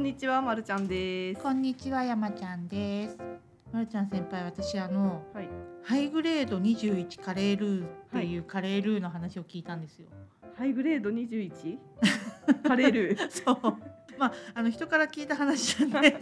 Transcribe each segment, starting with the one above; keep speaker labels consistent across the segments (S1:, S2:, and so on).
S1: にちは、まるちゃんです。
S2: こんにちは、やまちゃんです。まるちゃん先輩、私あの、
S1: はい
S2: ハイグレード21カレールーっていうカレールーの話を聞いた んですよ。
S1: ハイグレード21 カレールー。
S2: そう。 まああの人から聞いた話なんで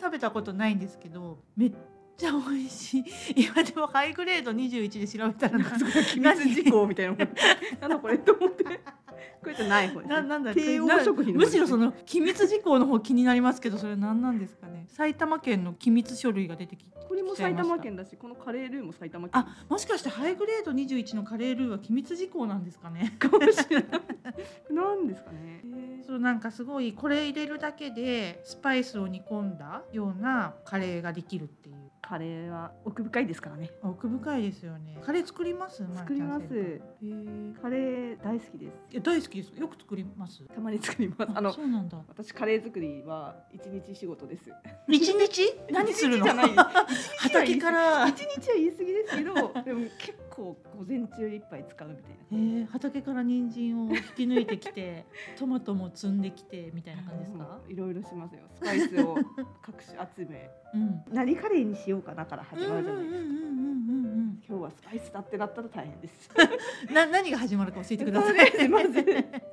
S2: 食べたことないんですけど、めっちゃ美味しい。今でもハイグレード21で調べたら
S1: なんかそこ機密事項みたいなも ん。なんだこれと思って。これじゃない方ですね。
S2: ななんだ
S1: 低温食品の方
S2: むしろその機密事項の方気になりますけどそれは何なんですかね埼玉県の機密書類が出てき
S1: これも埼玉県だし、このカレールーも埼玉県。
S2: あもしかしてハイグレード21のカレールーは機密事項なんですかね
S1: かもしれない。なんですかね。
S2: そうなんかすごいこれ入れるだけでスパイスを煮込んだようなカレーができるっていう
S1: カレーは奥深いですからね。
S2: 奥深いですよねカレー作りますまる
S1: 作り
S2: ちゃん
S1: ます。
S2: 先輩へ
S1: カレー大好きです。
S2: えいや大好きですよく作ります
S1: たまに作ります。あの。
S2: そうなんだ
S1: 私カレー作りは一日仕事です。
S2: 一日何するの
S1: 一日じゃない
S2: 畑から
S1: 一日は言い過ぎですけど、でも結構午前中いっぱい使うみたいな。
S2: えー、畑から人参を引き抜いてきて トマトも摘んできてみたいな感じですか、
S1: うんいろいろしますよ。スパイスを各種集 め、
S2: うん、
S1: 何カレーにしようかなから始まるじゃないですか。
S2: うんうんうんうんうん
S1: 今日はスパイスだってなったら大変 です。
S2: うんな何が始まるか教えてくださ
S1: そう
S2: い
S1: です まず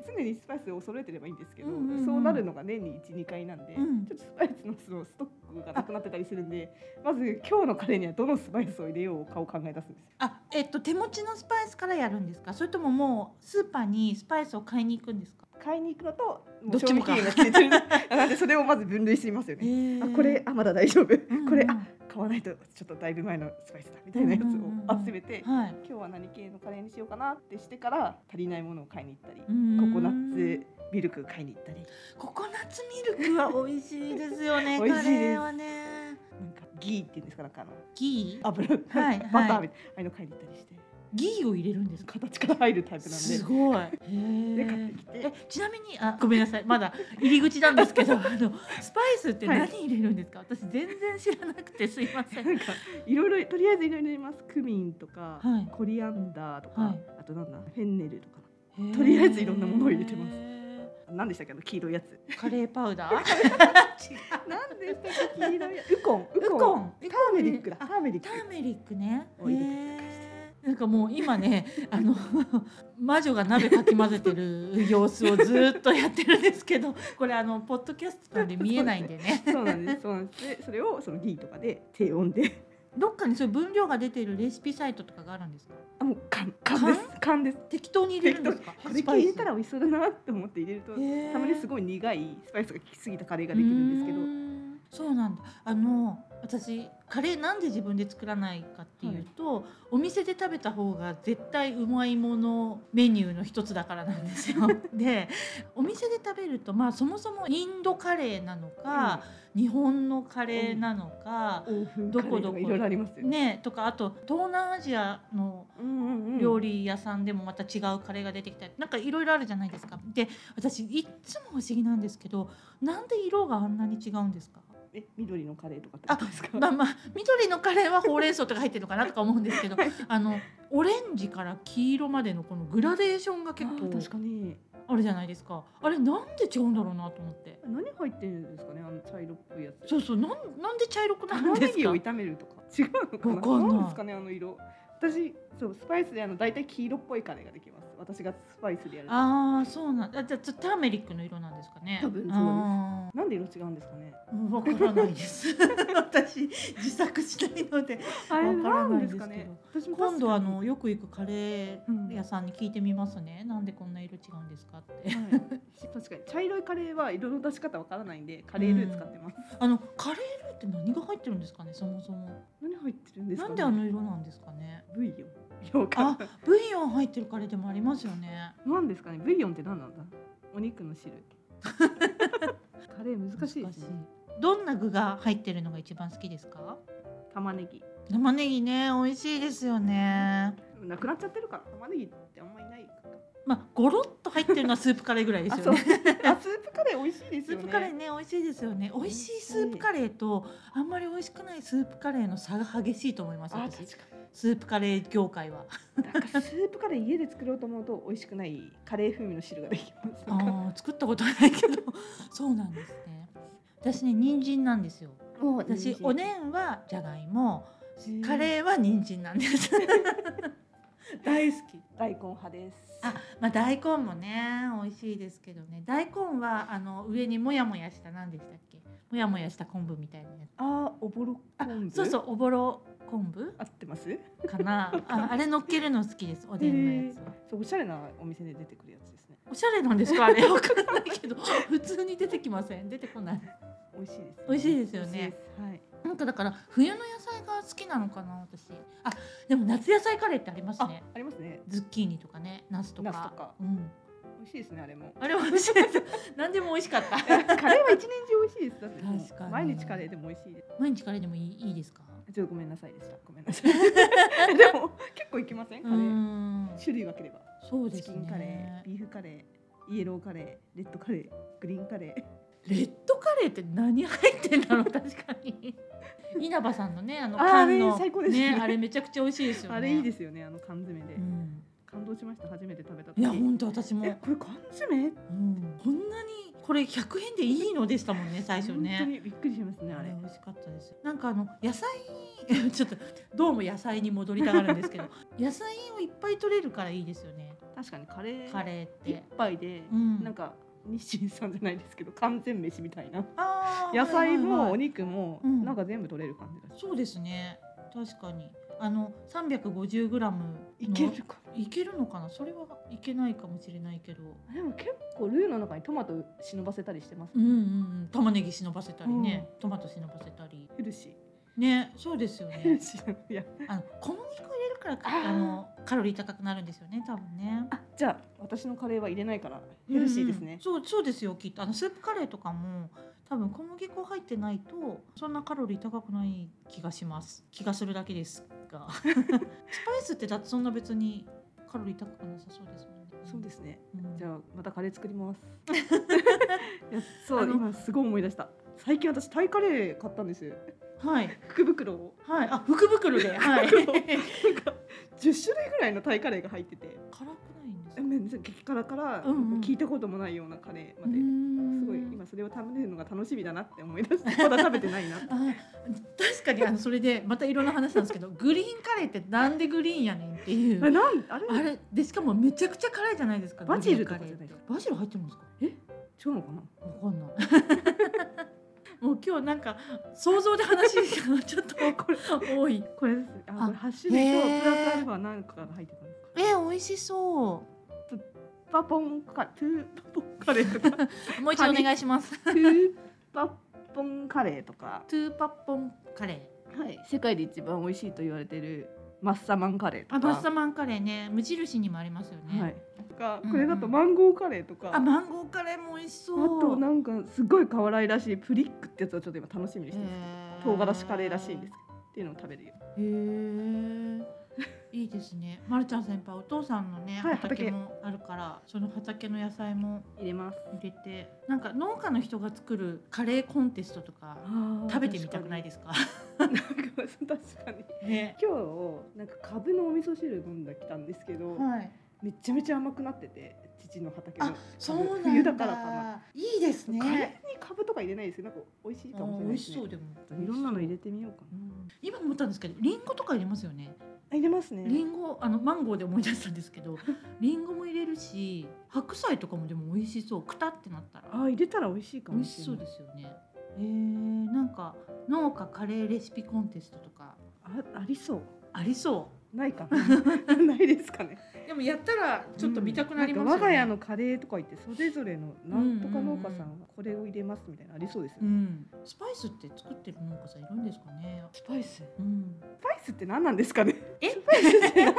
S1: 常にスパイスを揃えてればいいんですけど、
S2: うんうんうん
S1: そうなるのが年に1、2回なんで、
S2: うん
S1: ちょっとスパイスのそのストックがなくなってたりするんで、まず今日のカレーにはどのスパイスを入れようかを考え出すんですよ。
S2: あ、えっと手持ちのスパイスからやるんですか。それとももうスーパーにスパイスを買いに行くんですか。
S1: 買いに行くのと、も
S2: ど
S1: う
S2: っちも
S1: 賞味期限が切れてる なんでそれをまず分類していますよね。あこれあまだ大丈夫、これあ買わないとちょっとだいぶ前のスパイスだみたいなやつ
S2: うんうんうんう
S1: を
S2: ん
S1: 集めて、
S2: はい。
S1: 今日は何系のカレーにしようかなってしてから足りないものを買いに行ったり、
S2: うーん
S1: ココナッツミルク買いに行ったり
S2: ココナッツミルクは美味しいですよね。カ
S1: 美味しいです
S2: レーはね。
S1: なんかギーって言うんですかなんかあの
S2: ギー。
S1: 油、
S2: はい
S1: バター
S2: はい
S1: みたいなああいうの買いに行ったりして
S2: ギーを入れるんですか。
S1: 形から入るタイプなんです
S2: ごい。へ
S1: で買って
S2: ー
S1: きて
S2: えちなみにあごめんなさいまだ入り口なんで すけどあのスパイスって何入れるんですか、私全然知らなくてすいません
S1: なんかいろいろとりあえずいろいろ入れますクミンとか、
S2: はい
S1: コリアンダーとか、
S2: はい
S1: あとなんだフェンネルとかとりあえずいろんなものを入れてます
S2: す
S1: 何でしたっけあの黄色いやつ
S2: カレーパウダー
S1: 何でしたっけ黄色いやつウコンウ
S2: ウコン
S1: ターメリックだターメリック
S2: ターメリックね。
S1: おいで
S2: へーなんかもう今ね、 あの魔女が鍋かき混ぜて る様子をずーっとやってるんですけど、これあのポッドキャストなんで見えないんでね。
S1: そうなんです。そうなんです。で、それをそのギーとかで低温で。
S2: どっかにそういう分量が出てるレシピサイトとかがあるんですか。
S1: あ、もう缶缶です。缶です。
S2: 適当に入れるんですか。
S1: これ入れたら美味しそうだなと思って入れると、たまにす
S2: い
S1: ごい苦いスパイスが効きすぎたカレーができるんですけど。
S2: すけど。そうなんだ。あの私カレーなんで自分で作らないかっていうと、お店で食べた方が絶対うまいものメニューの一つだからなんですよ。 でお店で食べるとまあそもそもインドカレーなのか、日本のカレーなのか、
S1: オーブンカ
S2: ど
S1: レー
S2: ことど
S1: か
S2: こ
S1: いろいろありますよね。
S2: ねとかあと東南アジアの
S1: うんうんうん
S2: 料。理屋さんでもまた違うカレーが出てきたりなんかいろいろあるじゃないですか。で私いっつも不思議なんですけどなんで色があんなに違うんですか
S1: え、緑のカレーとかってことですか。
S2: まあまあ緑のカレーはほうれん草とか入ってるのかなとか思うんですけど、あのオレンジから黄色までのこのグラデーションが結
S1: あ確か
S2: 構
S1: に。
S2: あるじゃないですかあれなんで違うんだろうなと思って
S1: 何入ってるんですかね、あの茶色っぽいやつ。
S2: そうそうなんなんで茶色くなるん
S1: 玉
S2: で
S1: ね
S2: す
S1: ぎ
S2: か
S1: を炒めるとか。違うのかな。
S2: わかんない
S1: んですかね、あの色。私、そう、スパイスで、あの、大体黄色っぽいカレーができます。私がスパイスでやると。
S2: ああそうなんだじゃあちょっとターメリックの色なんですかね
S1: 多分そうです
S2: あ
S1: なんで色違うんですかね。
S2: ーわからないです 私自作しないので
S1: あ
S2: わからないですけど
S1: なん私も確かに
S2: 今度あのよく行くカレー屋さんに聞いてみますね、なんでこんな色違うんですかって
S1: はい確かに茶色いカレーは色の出し方わからないんでカレールー使ってます、
S2: あのカレールーって何が入ってるんですかねそもそも
S1: 何入ってるんですか、
S2: なんであの色なんですかね。
S1: ブイヨンいやわかん
S2: あ
S1: ない、
S2: ブイヨン入ってるカレーでもありますよね。
S1: なんですかねブイヨンって何なんだお肉の汁カレー難しいですね
S2: どんな具が入ってるのが一番好きですか？
S1: 玉ねぎ
S2: 玉ねぎね、美味しいですよね。
S1: なくなっちゃってるから玉ねぎってあんまりないか
S2: まあ、ゴロっと入ってるのはスープカレーぐらいで
S1: あ
S2: す
S1: そ
S2: よ
S1: うあ
S2: ね
S1: ス。ープカレー美味しいです
S2: ス
S1: よ
S2: ー
S1: ね
S2: プカレーね、美味しいですよね。美味しいスープカレーと、あんまり美味しくないスープカレーの差が激しいと思います。
S1: あ
S2: 私
S1: 確か
S2: スープカレー業 界は。
S1: になんかスープカレー家で作ろうと思うと美味しくないカレー風味の汁ができます
S2: ああ、作ったことないけど、そうなんですね。私ね人参なんですよ
S1: もう
S2: 私
S1: 人参
S2: おでんはじゃがいも
S1: へえ
S2: カレーは人参なんです 大好き
S1: 大根派です。
S2: あ、まあ大根もね美味しいですけどね大根はあの上にもやもやした何でしたっけもやもやした昆布みたいなやつ
S1: あ、おぼろ
S2: あ
S1: 昆布。。
S2: そうそううおぼろ昆布
S1: 合ってます？
S2: かな ああれ乗っけるの好きですおでんのやつは
S1: そうおしゃれなお店で出てくるやつですね。
S2: おしゃれなんですかあれわかんないけど普通に出てきません出てこない
S1: 美味しいです、
S2: 美味しいですよね
S1: 美味しいです。はい。
S2: なんかだから冬の野菜が好きなのかな私あでも夏野菜カレーってあります
S1: あ
S2: ね、
S1: ありますね。
S2: ズッキーニとかねナスとか
S1: ナスとか
S2: うん、
S1: 美味しいですねあれも。
S2: あれ美味しいです何でも美味しかった
S1: カレーは一年中美味しいです。だってもう
S2: 確かに
S1: 毎日カレーでも美味しいです。
S2: 毎日カレーでもいいいいですか
S1: ちょっとごめんなさいでした。ごめんなさい。 でも結構いきません
S2: う
S1: カレー。
S2: ん
S1: 種類分ければ。
S2: そうで
S1: チ
S2: す
S1: キンカレ
S2: ね
S1: ー、ビーフカレー、イエローカレー、レッドカレー、グリーンカレー。
S2: レッドカレーって何入ってんだろう確かに稲葉さんのねあの
S1: あー
S2: 缶の
S1: あれ最高ですね
S2: あれめちゃくちゃ美味しいですよね、
S1: あれいいですすよねあの缶詰で
S2: う。ん、
S1: 感動しました初めて食べた時。
S2: いや本当私も
S1: えこれ缶詰？
S2: うんこんなにこれ100円でいいのでしたもんね最初
S1: 本当
S2: ね。
S1: にびっくりしますねあ
S2: あれ
S1: れ。
S2: 美味しかったです。なんかあの野菜ちょっとどうも野菜に戻りたがるんですけど野菜をいっぱい取れるからいいですよね
S1: 確かにカレー。
S2: カレーっ
S1: 一
S2: て。
S1: 杯で、
S2: うん
S1: なんか日清さんじゃないですけど完全飯みたいな。
S2: あー
S1: 野菜
S2: はいはい
S1: も
S2: は
S1: お
S2: い
S1: 肉も
S2: うん
S1: なんか全部取れる感じだし。
S2: そうですね確かにあの 350g の
S1: いけるか。
S2: いけるのかなそれはいけないかもしれないけど
S1: でも結構ルーの中にトマト忍ばせたりしてます
S2: う。んうんうん玉ねぎ忍ばせたりね、トマト忍ばせたり
S1: ヘルシ
S2: ねそうですよ
S1: ー。ヘ
S2: ね
S1: ルシー。いや。
S2: あの小麦粉入れるからか
S1: あ
S2: あ
S1: ー
S2: のカロリー高くなるんですよね多分ね。
S1: あじゃあ私のカレーは入れないからヘルシーです
S2: うんうん
S1: ね。
S2: そうそうですよきっとあのスープカレーとかも多分小麦粉入ってないとそんなカロリー高くない気がします気がするだけです がスパイスってだってそんな別にカロリー高くなさそうですもんね。、
S1: そうですすね。
S2: うん
S1: じゃあまたカレー作り ます。いやそ
S2: あ
S1: う
S2: の
S1: 今すごい思い出した。最近私タイカレー買ったんですよ。
S2: はい
S1: 福袋を。
S2: はいあ福 袋ではい
S1: 福
S2: 辛く
S1: 袋10種類ぐらいのタイカレーが入ってて
S2: ないんですか
S1: めん激辛から
S2: うんうん
S1: 聞いたこともないようなカレーまで、す
S2: す
S1: ごい今それを食べるのが楽しみだなって思い出してまだ食べてない な
S2: あ確かにあのそれでまたいろんな話なんです けどグリーンカレーってなんでグリーンやねんっていう
S1: あなんあれ
S2: あれでしかもめちゃくちゃ辛いじゃないですか
S1: バジル
S2: グリーンカレー
S1: とかじゃないで
S2: っ
S1: す
S2: てバジル入ってるんですか
S1: 違うのかな
S2: わかんない もう今日なんか想像で話がちょっとこれ多い
S1: これですあ
S2: あ
S1: これ8種類
S2: へー
S1: とプラスアルファ何かが入ってたんですか
S2: え美味しそ
S1: パポンカ トゥーパポンカレーとか
S2: うもう一度お願いします
S1: トゥーパポンカレーとか、
S2: トゥーパッポンカレー
S1: はい、世界で一番美味しいと言われてるマッサマンカレーとか
S2: あバッサマンカレーね無印にもありますよね、
S1: はいとか
S2: うんうん
S1: これだとマンゴーカレーとか、
S2: あマンゴーカレーも美味しそう
S1: あとなんかすごい可愛らしいプリックってやつをちょっと今楽しみにしてます、
S2: へー
S1: 唐辛子カレーらしいんですけどっていうのを食べるよ
S2: へえ。いいですね。まるちゃん先輩、お父さんのね、
S1: はい
S2: 畑もあるから、その畑の野菜も
S1: 入れます
S2: 入れて。なんか農家の人が作るカレーコンテストとか、食べてみたくないいですか。
S1: なんか 確かに
S2: ね。
S1: 今日なんか株のお味噌汁飲んだきたんですけど、
S2: はい。
S1: めちゃめちゃ甘くなってて父の畑の
S2: あ
S1: 株、
S2: そうなんだ。
S1: 冬だからかな、
S2: いいです
S1: カレ
S2: ね。
S1: ーに株とか入れないですけどなんか美味しいかもしれ
S2: 美
S1: ないで
S2: 味
S1: す
S2: し
S1: ね
S2: そうでも。
S1: いろんなの入れてみようか
S2: う。
S1: なん
S2: 今思ったんですけど、リンゴとか入れますよね。
S1: あ入れます
S2: リ
S1: ね
S2: ンゴ、あのマンゴーで思い出したんですけど、 リンゴも入れるし、白菜とかもでも美味しそう。くたってなったら。
S1: あ入れたら美味しいか
S2: 美
S1: も
S2: 味し
S1: し
S2: そ
S1: れ
S2: う
S1: な
S2: で
S1: い
S2: すよね。えー、なんか農家カレーレシピコンテストとか
S1: あありそう
S2: ありそ
S1: ないかな ないですかね
S2: う。でもやったらちょっと見たくなり
S1: ん
S2: ます
S1: か我
S2: よね。
S1: が家のカレーとか言ってそれぞれのなんとか農家さんはこれを入れますみたいなのありそうですよ
S2: う
S1: ね、
S2: ん、スパイスって作ってる農家さんいるんですかね。
S1: スパイスス
S2: うん。
S1: パイスって何なんですかね
S2: え
S1: スパイスって何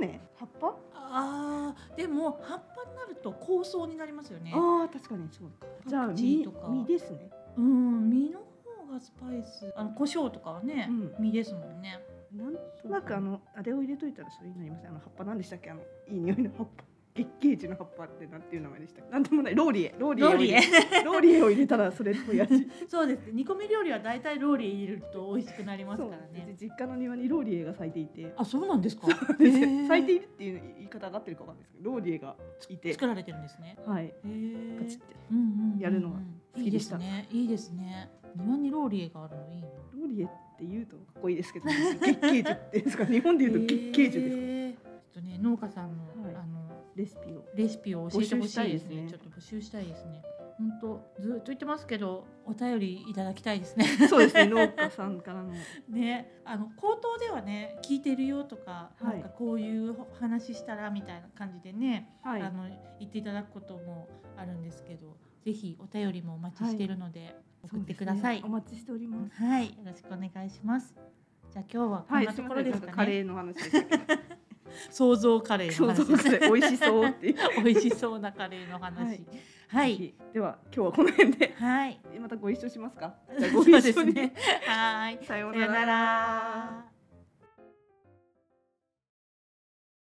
S1: 種葉っぱ、
S2: ああ、でも葉っぱになると香草になりますよね。
S1: ああ確かにそうかじゃあ
S2: パクチー
S1: 実
S2: とか
S1: 実ですね
S2: うん、実の方がスパイス、あの胡椒とかはね、
S1: うん
S2: 実ですもんね。
S1: なんとなくあのあれを入れといたらそれになりますあの葉っぱ何でしたっけあのいい匂いの葉っぱ月桂樹の葉っぱってなんていう名前でしたっけなんでもないローリエローリエを入れ
S2: ロー
S1: ローリ
S2: リ
S1: エを入れたらそれっぽい 味
S2: そうです。煮込み料理はだいたいローリエ入れると美味しくなります
S1: そう
S2: からね。
S1: うち実家の庭にローリエが咲いていて
S2: あ、そうなんですか。
S1: で
S2: へー
S1: 咲いているっていう言い方が合ってるかわかんないですけどローリエがいて
S2: 作られてるんですね。
S1: はい
S2: へえ
S1: パチって
S2: うんうんうんうん
S1: やるのが
S2: いいですね。いいですね。庭にローリエがあるのいいな。
S1: ロリエって言うとかっこいいですけど、月桂樹っていうんですか、日本で言うと月桂樹ですか。
S2: えーちょっとね農家さんの、
S1: はい
S2: あの
S1: レシピを。
S2: レシピを教えてほしいで
S1: 募集したいです
S2: すね
S1: ね
S2: ちょっと募集したいですね。本当ずっと言ってますけどお便りいただきたいですね。
S1: そうですね、農家さんからの。
S2: ねあの口頭ではね聞いてるよとか、
S1: はい
S2: なんかこういう話したらみたいな感じでね、
S1: は
S2: あ
S1: い。
S2: の言っていただくこともあるんですけどぜひお便りもお待ちしているので、送ってください。
S1: そうですねお待ちしております。
S2: はい、よろしくお願いします。じゃあ今日はこ
S1: は
S2: ん
S1: い、
S2: な
S1: す
S2: と
S1: み
S2: こ
S1: ま
S2: ろ
S1: せん
S2: で
S1: な
S2: す
S1: んか
S2: か
S1: カ
S2: ね。
S1: レーの話でしたけど。
S2: 想像カレーの
S1: そう
S2: 話
S1: そう
S2: です
S1: そう、美味しそうっていう。
S2: 美味しそうなカレーの話。は。
S1: はいでは、今日はこの辺で、
S2: はい。
S1: またご一緒しますか。じゃあ
S2: そ
S1: ご
S2: うで
S1: 一緒
S2: す
S1: に。
S2: ね。はい。
S1: さよう
S2: さよ
S1: な
S2: な
S1: ら。
S2: ら。